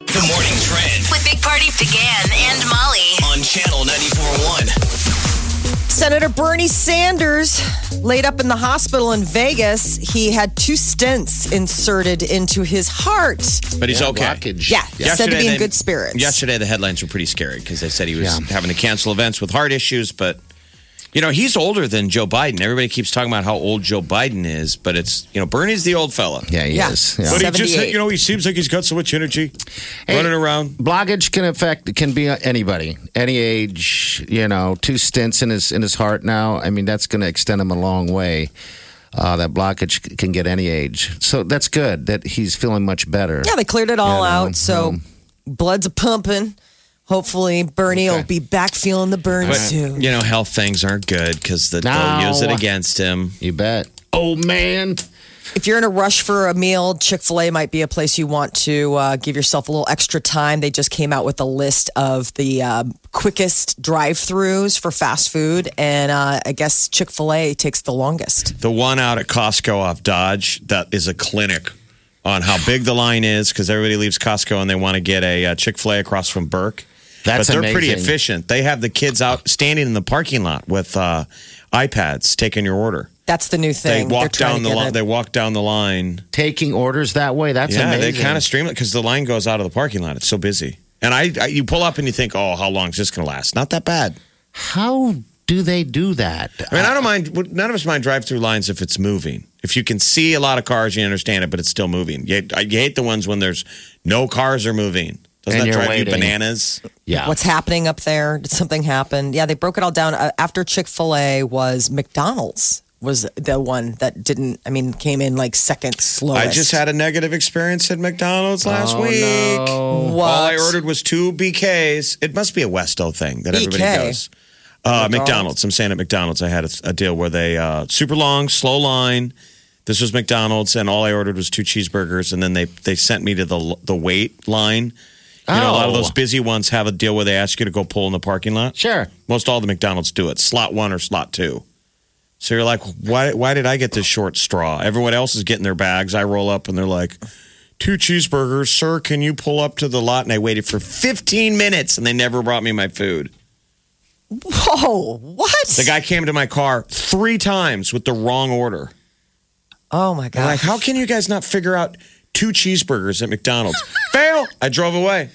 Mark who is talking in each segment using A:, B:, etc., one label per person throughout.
A: The morning trend
B: With Big Party began and Molly.
A: on channel 94.1.
C: Senator Bernie Sanders laid up in the hospital in Vegas. He had two stents inserted into his heart.
D: But he's okay.
E: blockage.
C: Yeah, said to be in
D: they-
C: good spirits.
D: Yesterday, the headlines were pretty scary because they said he was having to cancel events with heart issues. But you know, he's older than Joe Biden. Everybody keeps talking about how old Joe Biden is, but it's you know, Bernie's the old fella.
E: Yeah, he
C: Yeah.
E: is. Yeah.
C: But he just- 78. you
D: know, he seems like he's got so much energy
E: Hey,
D: running around.
E: Blockage can affect can be anybody, any age. You know, two stints in his in his heart now. I mean, that's going to extend him a long way. Uh, that blockage c- can get any age, so that's good that he's feeling much better.
C: Yeah, they cleared it all
E: Yeah, no,
C: out. So blood's pumping. Hopefully, Bernie will be back feeling the burn
D: But
C: soon.
D: you know, health things aren't good because the,
E: No.
D: they'll use it against him.
E: You bet. Oh man,
C: If you're in a rush for a meal, Chick fil A might be a place you want to uh, give yourself a little extra time. They just came out with a list of the uh, quickest drive throughs for fast food. And uh, I guess Chick fil A takes the longest.
D: The one out at Costco off Dodge that is a clinic on how big the line is because everybody leaves Costco and they want to get a uh, Chick Fil A across from Burke.
E: That's
D: but they're pretty
E: amazing.
D: efficient. They have the kids out standing in the parking lot with uh, iPads taking your order.
C: That's the new
D: They
C: thing. They're
D: walk
C: trying
D: down
C: to
D: the
C: get
D: line.
C: it.
D: They walk down the line.
E: taking orders that way. That's
D: yeah,
E: amazing.
D: they kind of stream it because the line goes out of the parking lot. It's so busy. And I, I, you pull up and you think, oh, how long is this going to last? Not that bad.
E: How do they do that?
D: I mean, I don't mind. None of us mind drive-through lines if it's moving. If you can see a lot of cars, you understand it, but it's still moving. You, I- you hate the ones when there's no cars are moving. Doesn't
E: And
D: that
E: you're
D: drive you
E: waiting.
D: bananas?
E: yeah,
C: What's happening up there? Did something happen? Yeah, they broke it all down. Uh, after Chick fil A was McDonald's. Was the one that didn't, I mean, came in like second slowest.
D: I just had a negative experience at McDonald's last
E: Oh,
D: week.
E: no.
C: what?
D: All I ordered was two BKs. It must be a Westo thing that everybody
C: BK?
D: does. Uh, McDonald's.
C: McDonald's.
D: I'm saying at McDonald's, I had a, a deal where they uh, super long, slow line. This was McDonald's, and all I ordered was two cheeseburgers, and then they they sent me to the the wait line. You know, a lot of
E: Oh.
D: those busy ones have a deal where they ask you to go pull in the parking lot.
E: sure.
D: Most all the McDonald's do it, slot one or slot two. So you're like, why? Why did I get this short straw? Everyone else is getting their bags. I roll up and they're like, two cheeseburgers, sir. Can you pull up to the lot? And I waited for 15 minutes and they never brought me my food.
C: Whoa, Oh, what?
D: The guy came to my car three times with the wrong order.
C: Oh my
D: I'm like,
C: God.
D: how can you guys not figure out two cheeseburgers at McDonald's? fail! I drove away.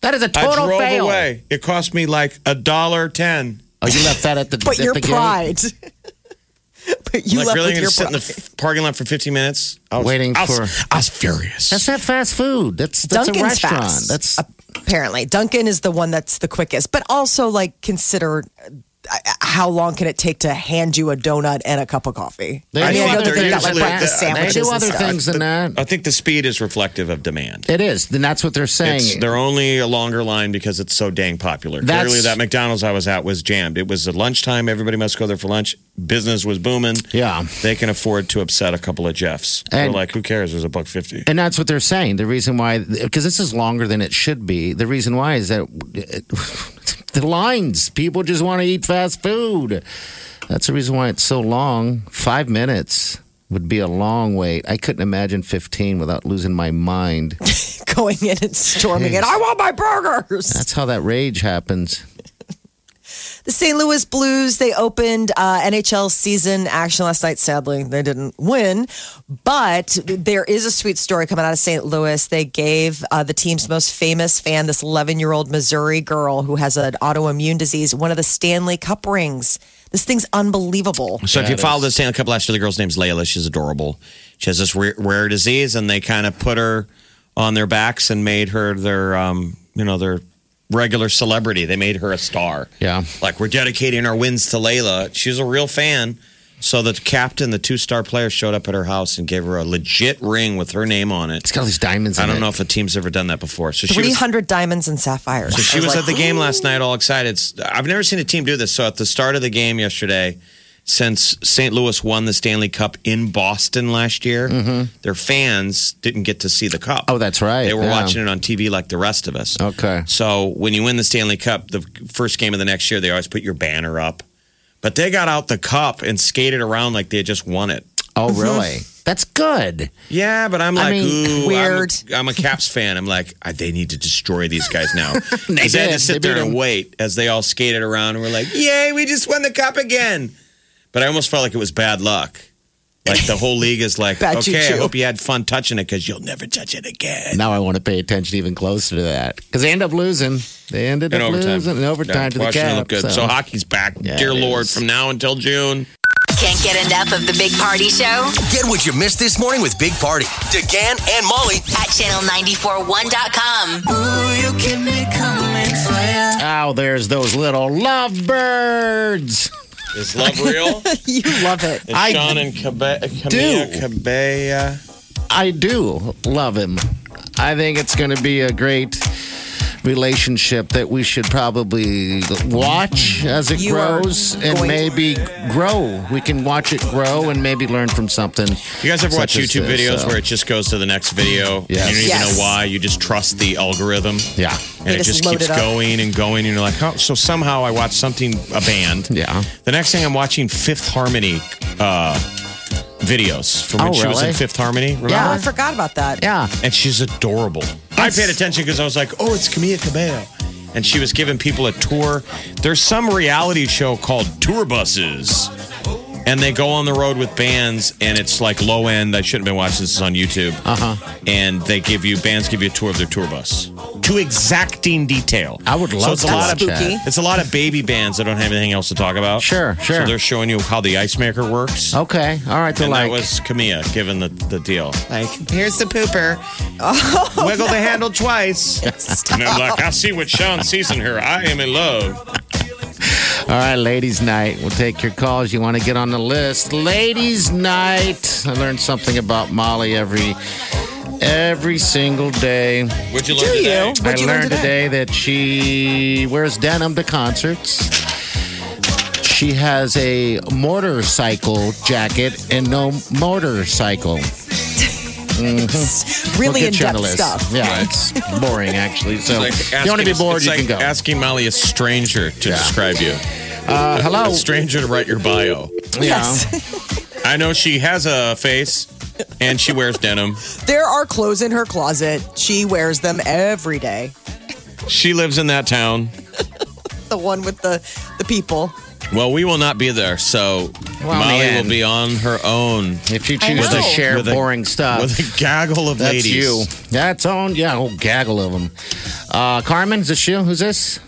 E: That is a
D: I
E: total
D: drove
E: fail.
D: away. It cost me like a dollar ten.
E: Oh, you left that at the.
C: But
E: at
C: your
E: the gate?
C: pride. but you
D: like
C: left with
D: really gonna
C: your
D: sit in
C: pride.
D: the f- parking lot for 15 minutes? I
E: Waiting
D: I was-
E: for-
D: I was furious.
E: That's not fast food. That's that's a
C: Dunkin's
E: restaurant.
C: fast.
E: That's
C: Apparently, Duncan is the one that's the quickest. But also, like, consider uh, how long can it take to hand you a donut and a cup of coffee?
E: They
C: I
D: do
C: mean, I know
D: other
C: that they've got like
D: things like
C: breakfast
D: that.
E: they
C: sandwiches.
E: do
C: and
E: other
C: stuff.
E: things than
D: I
E: that.
D: think the speed is reflective of demand.
E: It is. Then that's what they're saying.
D: It's, they're only a longer line because it's so dang popular.
E: That's-
D: Clearly, that McDonald's I was at was jammed. It was at lunchtime. Everybody must go there for lunch. Business was booming.
E: Yeah.
D: They can afford to upset a couple of Jeffs. They're
E: And-
D: like, who cares? There's a buck fifty.
E: and that's what they're saying. The reason why, because this is longer than it should be. The reason why is that the lines, people just want to eat fast food. That's the reason why it's so long. Five minutes would be a long wait. I couldn't imagine 15 without losing my mind.
C: Going in and storming it. I want my burgers.
E: That's how that rage happens.
C: The St. Louis Blues, they opened uh, NHL season action last night. Sadly, they didn't win, but there is a sweet story coming out of St. Louis. They gave uh, the team's most famous fan, this 11 year old Missouri girl who has an autoimmune disease, one of the Stanley Cup rings. This thing's unbelievable.
D: So if you follow the Stanley Cup last year, the girl's name's Layla. She's adorable. She has this rare, rare disease, and they kind of put her on their backs and made her their, um, you know, their regular celebrity. They made her a star.
E: Yeah.
D: like we're dedicating our wins to Layla. She's a real fan. So the captain, the two star player, showed up at her house and gave her a legit ring with her name on it.
E: It's got all these diamonds.
D: I
E: in
D: don't
E: it.
D: know if a team's ever done that before. So she
C: Three
D: was,
C: hundred diamonds and sapphires.
D: so she was at the game last night, all excited. S- I've never seen a team do this. So at the start of the game yesterday, since St. Louis won the Stanley Cup in Boston last year, their fans didn't get to see the cup.
E: Mm-hmm. Oh, that's right.
D: They were
E: Yeah.
D: watching it on TV like the rest of us.
E: Okay.
D: So when you win the Stanley Cup, the first game of the next year, they always put your banner up. But they got out the cup and skated around like they had just won it.
E: Oh, really?
C: Mm-hmm.
E: That's good.
D: Yeah, but I'm
E: I
D: like,
E: mean,
D: ooh, I'm a-
C: weird.
D: I'm a, Caps fan. I'm like, "I- they need to destroy these guys now. 'Cause they, had
E: did.
D: to
E: They
D: sit
E: beat
D: there and
E: them.
D: wait as they all skated around and were like, yay, we just won the cup again. But I almost felt like it was bad luck. Like the whole league is like,
C: Bad
D: okay, I
C: juju.
D: hope you had fun touching it because you'll never touch it again.
E: Now I want to pay attention even closer to that because they end up losing. They ended
D: in
E: up
D: overtime.
E: losing in overtime
D: Yeah,
E: to the
D: Washington
E: Caps.
D: looked good. So. hockey's back,
E: Yeah,
D: dear
E: it
D: Lord,
E: is.
D: from now until June.
B: Can't get enough of the Big Party Show
A: Get what you missed this morning with Big Party, DeGan and Molly
B: at channel941.com.
C: Oh,
E: Ow, there's those little lovebirds.
D: Is love real?
C: you love it.
D: Is
E: I
D: Sean and Cabe- Camilla
E: do.
D: Cabella.
E: I do love him. I think it's going to be a great relationship that we should probably watch as it
C: You are
E: grows and
C: going-
E: maybe grow. We can watch it grow and maybe learn from something.
D: You guys ever watch
E: such as
D: YouTube
E: this,
D: videos
E: so-
D: where it just goes to the next video?
E: Yes.
D: And you don't even
C: Yes.
D: know why. You just trust the algorithm.
E: Yeah.
D: And
C: They
D: it
C: just
D: just
C: load
D: keeps
C: it up.
D: going and going. And you're like, oh, so somehow I watched something, a band.
E: Yeah.
D: The next thing I'm watching Fifth Harmony uh, videos from when
E: Oh,
D: she was
E: really?
D: in Fifth Harmony. Remember?
C: Yeah, I forgot about that.
E: Yeah.
D: and she's adorable. I paid attention because I was like, oh, it's Camila Cabello. And she was giving people a tour. There's some reality show called Tour Buses. And they go on the road with bands, and it's like low end. I shouldn't have been watching this. It's on YouTube.
E: Uh-huh.
D: Uh huh. And they give you bands give you a tour of their tour bus to exacting detail.
E: I would
D: So
E: love
D: it's a
E: to
D: lot
E: watch
D: of
E: that.
C: Spooky.
D: it's a lot of baby bands that don't have anything else to talk about.
E: Sure, sure.
D: So they're showing you how the ice maker works.
E: Okay. All right. They're
D: And
E: like,
D: that was Camilla given the, the deal. Like, here's the pooper.
E: Oh,
D: Wiggle the handle twice. And I'm like, I see what Sean sees in her. I am in love.
E: all right, ladies' night. We'll take your calls. You want to get on the list. Ladies' night. I learned something about Molly every every single day.
D: Would you eh? learn today?
C: What'd
E: I
C: you learn
E: learned today? that she wears denim to concerts. She has a motorcycle jacket and no motorcycle.
C: Really
E: Look at
C: in
E: you on
C: depth
E: the list.
C: stuff.
E: Yeah, it's boring actually. So
D: It's
E: if you want to
D: asking-
E: be bored,
D: it's
E: you
D: like
E: can go.
D: Asking Molly a stranger to describe you.
E: Uh, hello.
D: A stranger to write your bio.
E: Yes.
D: I know she has a face and she wears denim.
C: There are clothes in her closet. She wears them every day.
D: She lives in that town.
C: The one with the the people.
D: Well, we will not be there, so
E: Well, in the
D: Molly will
E: end.
D: be on her own.
E: If you choose
D: With
E: to
D: a-
E: share
D: with a-
E: boring stuff,
D: With a gaggle of
E: Uh, that's
D: ladies.
E: you. That's on. Yeah, a whole gaggle of them. Uh, Carmen, is this you? Who's this?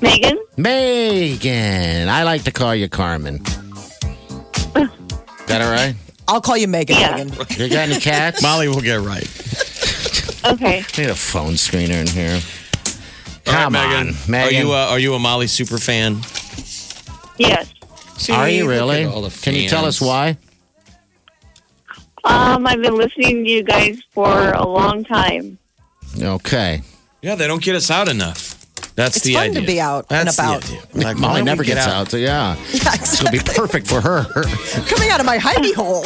F: Megan?
E: Megan. I like to call you Carmen. Is that all right?
C: I'll call you Megan.
F: Yeah.
C: Megan.
E: You got any cats?
D: Molly will get it right.
F: Okay.
E: I need a phone screener in here.
D: All right,
E: Come on,
D: Megan. Are
E: Megan.
D: you uh, a, are you a Molly super fan?
F: Yes.
E: Are you
D: Look
E: really?
D: at all the
E: Can you tell us
D: fans.
E: why?
F: Um, I've been listening to you guys for a long time.
E: Okay.
D: Yeah, they don't get us out enough. That's
C: It's
D: the
C: fun
D: idea.
C: to be out and
D: That's the
C: about.
D: idea. Like, why
E: Molly
D: don't
E: never
D: we get
E: gets out. so yeah.
C: Yeah,
E: It's going to be
C: exactly.
E: perfect for her.
C: Coming out of my hidey hole.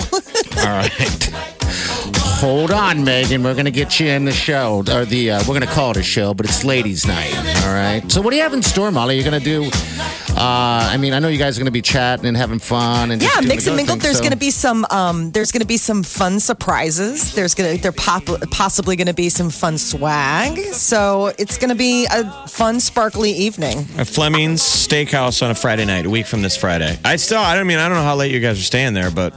E: All right. Hold on, Megan. We're going to get you in the show, or the uh, we're going to call it a show, but it's ladies' night. All right. So, what do you have in store, Molly? You're going to do? Uh, I mean, I know you guys are going to be chatting and having fun, and just
C: yeah,
E: doing
C: mix
E: the
C: and
E: girl
C: mingle.
E: thing,
C: There's
E: so-
C: going to be some. Um, there's going to be some fun surprises. There's going to. There pop, possibly going to be some fun swag. So it's going to be a fun, sparkly evening.
D: At Fleming's Steakhouse on a Friday night, a week from this Friday. I still, I don't mean, I don't know how late you guys are staying there, but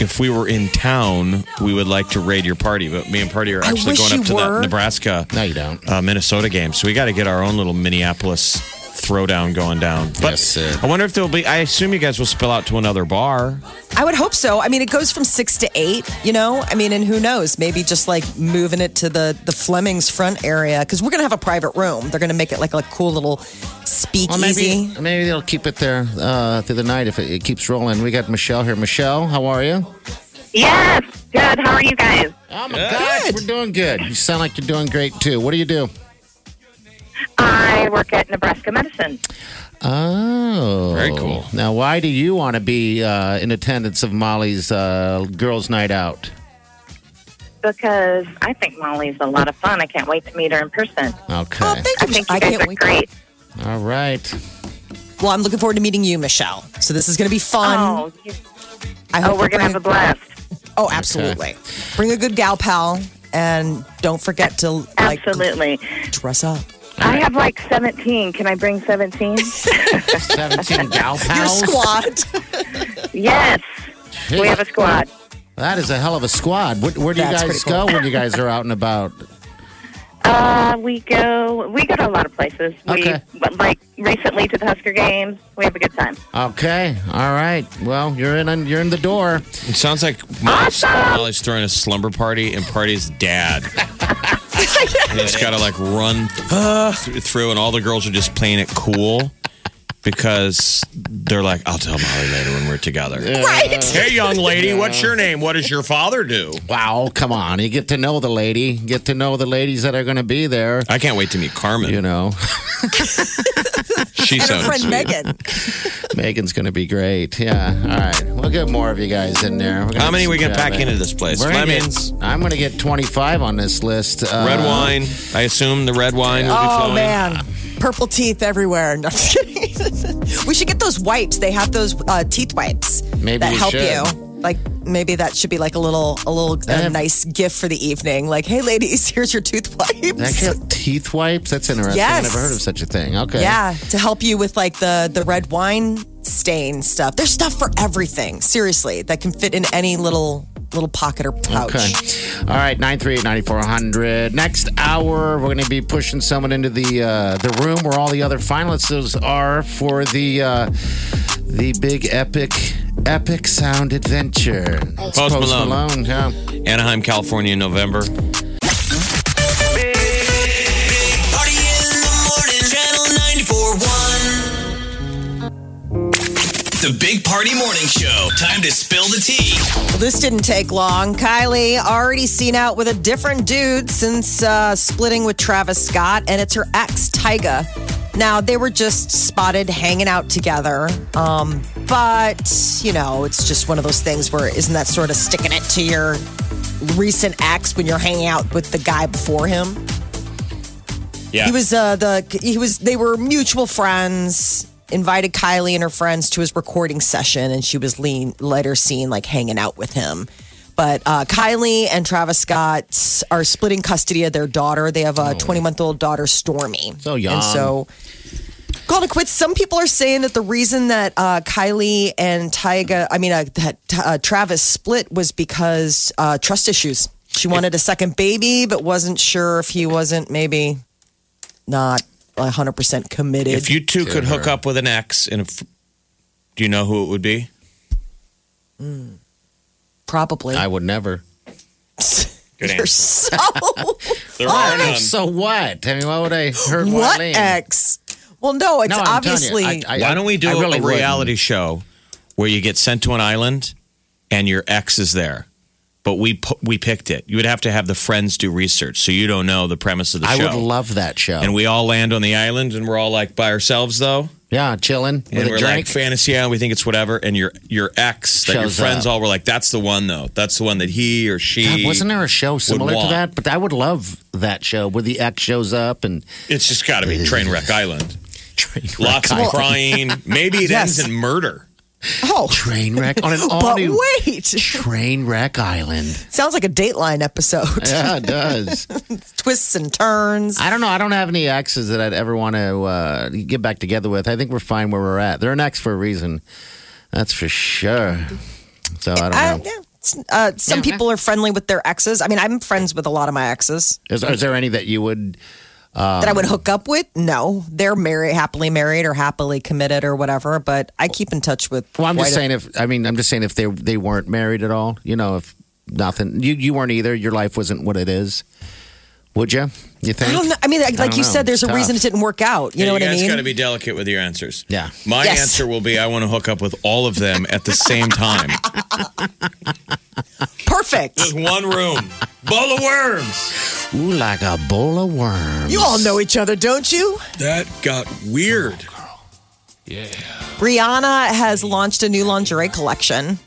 D: if we were in town, we would like to raid your party. But me and party are
C: I
D: actually
C: wish
D: going
C: you
D: up to
C: were.
D: that Nebraska,
E: No, you don't.
D: uh, Minnesota game, so we got to get our own little Minneapolis throwdown going down. But
E: Yes, sir.
D: I wonder if there'll be. I assume you guys will spill out to another bar.
C: I would hope so. I mean, it goes from six to eight, you know? I mean, and who knows? Maybe just like moving it to the, the Fleming's front area because we're going to have a private room. They're going to make it like a cool little
E: Well,
C: speakeasy.
E: maybe, maybe they'll keep it there uh, through the night if it, it keeps rolling. We got Michelle here. Michelle, how are you?
F: Yes. Good. How are you guys?
E: Oh my gosh, we're doing good. You sound like you're doing great too. What do you do?
F: I work at Nebraska Medicine.
E: Oh,
D: Very cool.
E: Now, why do you want to be uh, in attendance of Molly's uh, girls' night out?
F: because I think Molly's a lot of fun. I can't wait to meet her in person.
E: Okay.
C: Oh, thank
F: I
C: you.
F: think you
C: I
F: guys
C: can't
F: are
C: wait.
F: great.
E: All right.
C: Well, I'm looking forward to meeting you, Michelle. So this is going to be fun.
F: Oh, you,
C: I
F: oh,
C: hope
F: we're
C: you
F: gonna have a
C: bring
F: blast.
C: Oh, absolutely. Bring a good gal pal and don't forget to like
F: Absolutely.
C: dress up.
F: I have like 17. Can I bring 17?
E: 17 gal
C: Your
E: pals.
C: squad.
F: yes. We have a squad.
E: That is a hell of a squad. Where, where do
C: That's
E: you guys
C: pretty cool.
E: go when you guys are out and about?
F: Uh, we go. We go to a lot of places.
E: Okay.
F: We like recently to the Husker games. We have a good time.
E: Okay. All right. Well, you're in. You're in the door.
D: It sounds like Molly's, Molly's throwing a slumber party and party's dad. and it's got to like run th- through, and all the girls are just playing it cool because they're like, "I'll tell Molly later when we're together." Right? Hey, young lady, what's your name? What does your father do?
E: Wow. Come on. You get to know the lady. You get to know the ladies that are going to be there.
D: I can't wait to meet Carmen.
E: You know,
D: she
C: and her
D: sounds
C: friend
D: sweet.
C: Megan.
E: Megan's going to be great. Yeah. All right. We'll get more of you guys in there. We're gonna
D: How many
E: get
D: we
E: some
D: get pack
E: job in.
D: into this place?
E: We're gonna get-
D: Flemings,
E: I'm going to get 25 on this list. Uh,
D: red wine. I assume the red wine will be
C: Oh
D: flowing.
C: man, purple teeth everywhere. No, I'm just kidding. we should get those wipes. They have those uh, teeth wipes
E: Maybe
C: that
E: we
C: help
E: should.
C: you. Like maybe that should be like a little a little uh,
E: have-
C: nice gift for the evening. Like, hey ladies, here's your tooth
E: That
C: wipes.
E: got teeth wipes. That's interesting.
C: Yes.
E: I've never heard of such a thing. Okay.
C: Yeah, to help you with like the the red wine stain stuff. There's stuff for everything. Seriously, that can fit in any little little pocket or pouch.
E: Okay. All right, 938-9400. Next hour, we're going to be pushing someone into the uh, the room where all the other finalists are for the uh, the big epic epic sound adventure. It's
D: Post Malone.
E: Malone, yeah.
D: Anaheim, California, in November.
A: Party in the morning, channel 941. The Big Party Morning Show. Time to spill the tea.
C: Well, this didn't take long. Kylie already seen out with a different dude since uh, splitting with Travis Scott, and it's her ex, Tyga. Now, they were just spotted hanging out together. Um, but, you know, it's just one of those things where isn't that sort of sticking it to your recent ex when you're hanging out with the guy before him?
D: Yeah.
C: He was uh, the he was they were mutual friends. Invited Kylie and her friends to his recording session, and she was lean later seen like hanging out with him. But uh, Kylie and Travis Scott are splitting custody of their daughter. They have a 20 month old daughter, Stormy.
E: Oh. So young.
C: And so Call it quits. Some people are saying that the reason that uh, Kylie and Tyga, I mean, uh, that uh, Travis split was because uh, trust issues. She wanted a second baby, but wasn't sure if he wasn't maybe not 100% committed.
D: If you two could hook up with an ex, and if, do you know who it would be?
C: Probably.
E: I would never.
D: Good
C: You're
D: answer.
C: so.
D: There are none.
E: So what? I mean, why would I hurt
C: what
E: Wileen?
C: ex? Well, no, it's
E: No, I'm telling you,
C: obviously.
E: I- I-
D: Why don't we do
E: I really
D: a reality show where you get sent to an island and your ex is there? But we pu- we picked it. You would have to have the friends do research, so you don't know the premise of the
E: wouldn't.
D: show.
E: I would love that show.
D: and we all land on the island, and we're all like by ourselves though,
E: yeah, chilling
D: and
E: with
D: we're
E: a
D: like
E: drink.
D: fantasy island. We think it's whatever, and your your ex that your
E: Shows
D: friends
E: up.
D: all were like, that's the one though. That's the one that he or she.
E: God, wasn't there a show similar to
D: want.
E: that? But I would love that show where the ex shows up and
D: It's just got to be train wreck island. Lots of crying. Maybe it
C: Yes.
D: ends in murder.
C: oh,
E: train wreck on an all
C: but
E: new
C: wait.
E: train wreck island.
C: Sounds like a Dateline episode.
E: Yeah, it does.
C: Twists and turns.
E: I don't know. I don't have any exes that I'd ever want to uh, get back together with. I think we're fine where we're at. They're an ex for a reason. That's for sure. So I
C: I,
E: don't know.
C: yeah, it's, uh, some people are friendly with their exes. I mean, I'm friends with a lot of my exes.
E: Is, is there any that you would
C: that I would
E: Um,
C: hook up with? No, they're married, happily married, or happily committed, or whatever. But I keep in touch with.
E: Well, I'm
C: quite
E: just
C: a-
E: saying if I mean I'm just saying if they they weren't married at all, you know, if nothing, you you weren't either. Your life wasn't what it is. Would you? You think?
C: I don't know. I mean, like, like
E: don't
C: you
E: know.
C: said, there's
E: It's
C: a reason it
E: tough.
C: didn't work out. You know what
D: you
C: I
D: guys
C: mean?
D: got to be delicate with your answers.
E: Yeah.
D: My
C: Yes.
D: answer will be I want to hook up with all of them at the same time.
C: Perfect.
D: Just one room. Bowl of worms.
E: Ooh, like a bowl of worms.
C: You all know each other, don't you?
D: That got weird.
C: Rihanna has launched a new lingerie collection.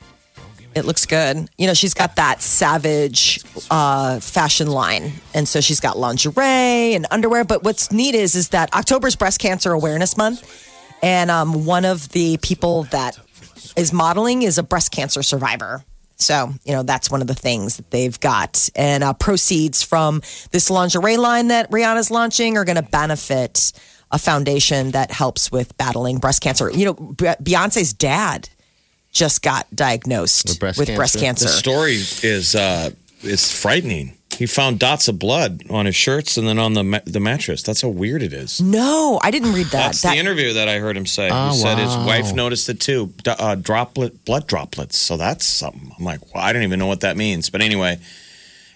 C: It looks good. You know, she's got that savage uh, fashion line. And so she's got lingerie and underwear. But what's neat is, is that October's Breast Cancer Awareness Month. And um, one of the people that is modeling is a breast cancer survivor. So, you know, that's one of the things that they've got. And uh, proceeds from this lingerie line that Rihanna's launching are going to benefit a foundation that helps with battling breast cancer. You know, Be- Beyonce's dad just got diagnosed with
E: breast
C: breast, cancer.
E: cancer?
D: The story is uh, is frightening. He found dots of blood on his shirts and then on the ma- the mattress. That's how weird it is.
C: No, I didn't read that.
D: That's
C: that
D: the interview that I heard him say.
E: Oh,
D: he said his
E: wow.
D: wife noticed it too. D- uh, droplet blood droplets. So that's something. I'm like, well, I don't even know what that means. But anyway,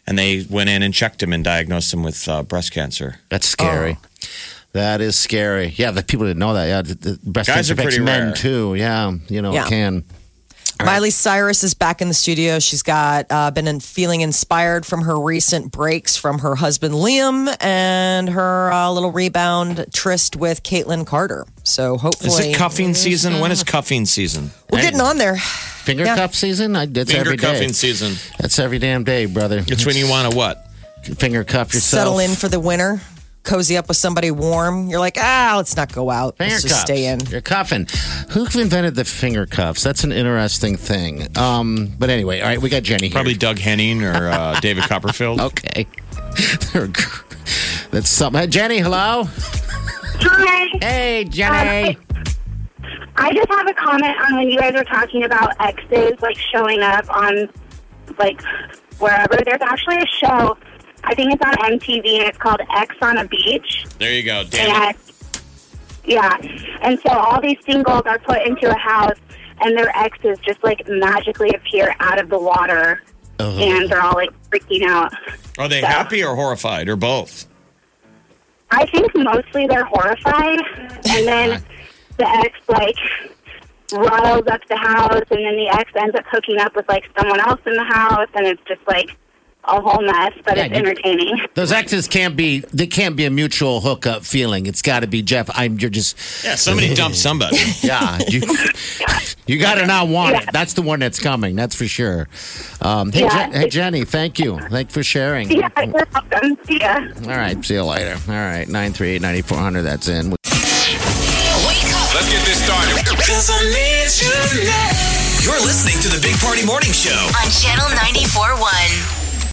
D: and they went in and checked him and diagnosed him with uh, breast cancer.
E: That's scary.
C: Oh.
E: That is scary. Yeah, the people didn't know that. Yeah, the, the breast
D: Guys are
E: cancer affects
D: pretty
E: men
D: rare.
E: too. Yeah, you know, it
C: Yeah.
E: can.
C: Miley Cyrus is back in the studio. She's got uh, been in, feeling inspired from her recent breaks from her husband Liam and her uh, little rebound tryst with Caitlyn Carter. So hopefully,
D: Is it cuffing season? When is cuffing season?
C: we're getting on there.
E: Finger
C: Yeah.
E: cuff season. I, that's
D: Finger
E: every day.
D: cuffing season.
E: That's every damn day, brother.
D: It's when you want to what?
E: finger cuff yourself.
C: Settle in for the winter. Cozy up with somebody warm. You're like, ah, let's not go out.
E: Finger
C: let's
E: cuffs.
C: just stay in.
E: You're cuffing. Who invented the finger cuffs? That's an interesting thing. Um, but anyway, all right, we got Jenny here.
D: Probably Doug Henning or uh, David Copperfield.
E: Okay. They're gr- That's something. Hey, Jenny, hello.
F: Hi. Um,
E: Hey, Jenny.
F: I just have a comment on when you guys were talking about exes like showing up on like wherever. There's actually a show. I think it's on MTV and it's called X on a Beach.
D: There you go. Damn it.
F: And yeah, and so all these singles are put into a house, and their exes just like magically appear out of the water,
E: Uh-huh.
F: and they're all like freaking out.
D: Are they happy or horrified or both?
F: I think mostly they're horrified, and then the ex like riles up the house, and then the ex ends up hooking up with like someone else in the house, and it's just like a whole mess. But
E: Yeah,
F: it's
E: you-
F: entertaining.
E: Those exes can't be. They can't be a mutual hookup feeling. It's got to be Jeff. I'm. You're just.
D: Yeah, somebody dumped somebody.
E: Yeah. You. you got to not want it. That's the one that's coming. That's for sure. Um, hey,
F: Yeah.
E: Je- hey, Jenny. Thank you. Thank for sharing.
F: Yeah, you're welcome. See ya.
E: All right. See you later. All right. Nine three eight ninety four hundred. That's in.
B: Wake up.
A: Let's get this started. You're listening to the Big Party Morning Show.
B: on Channel 94.1.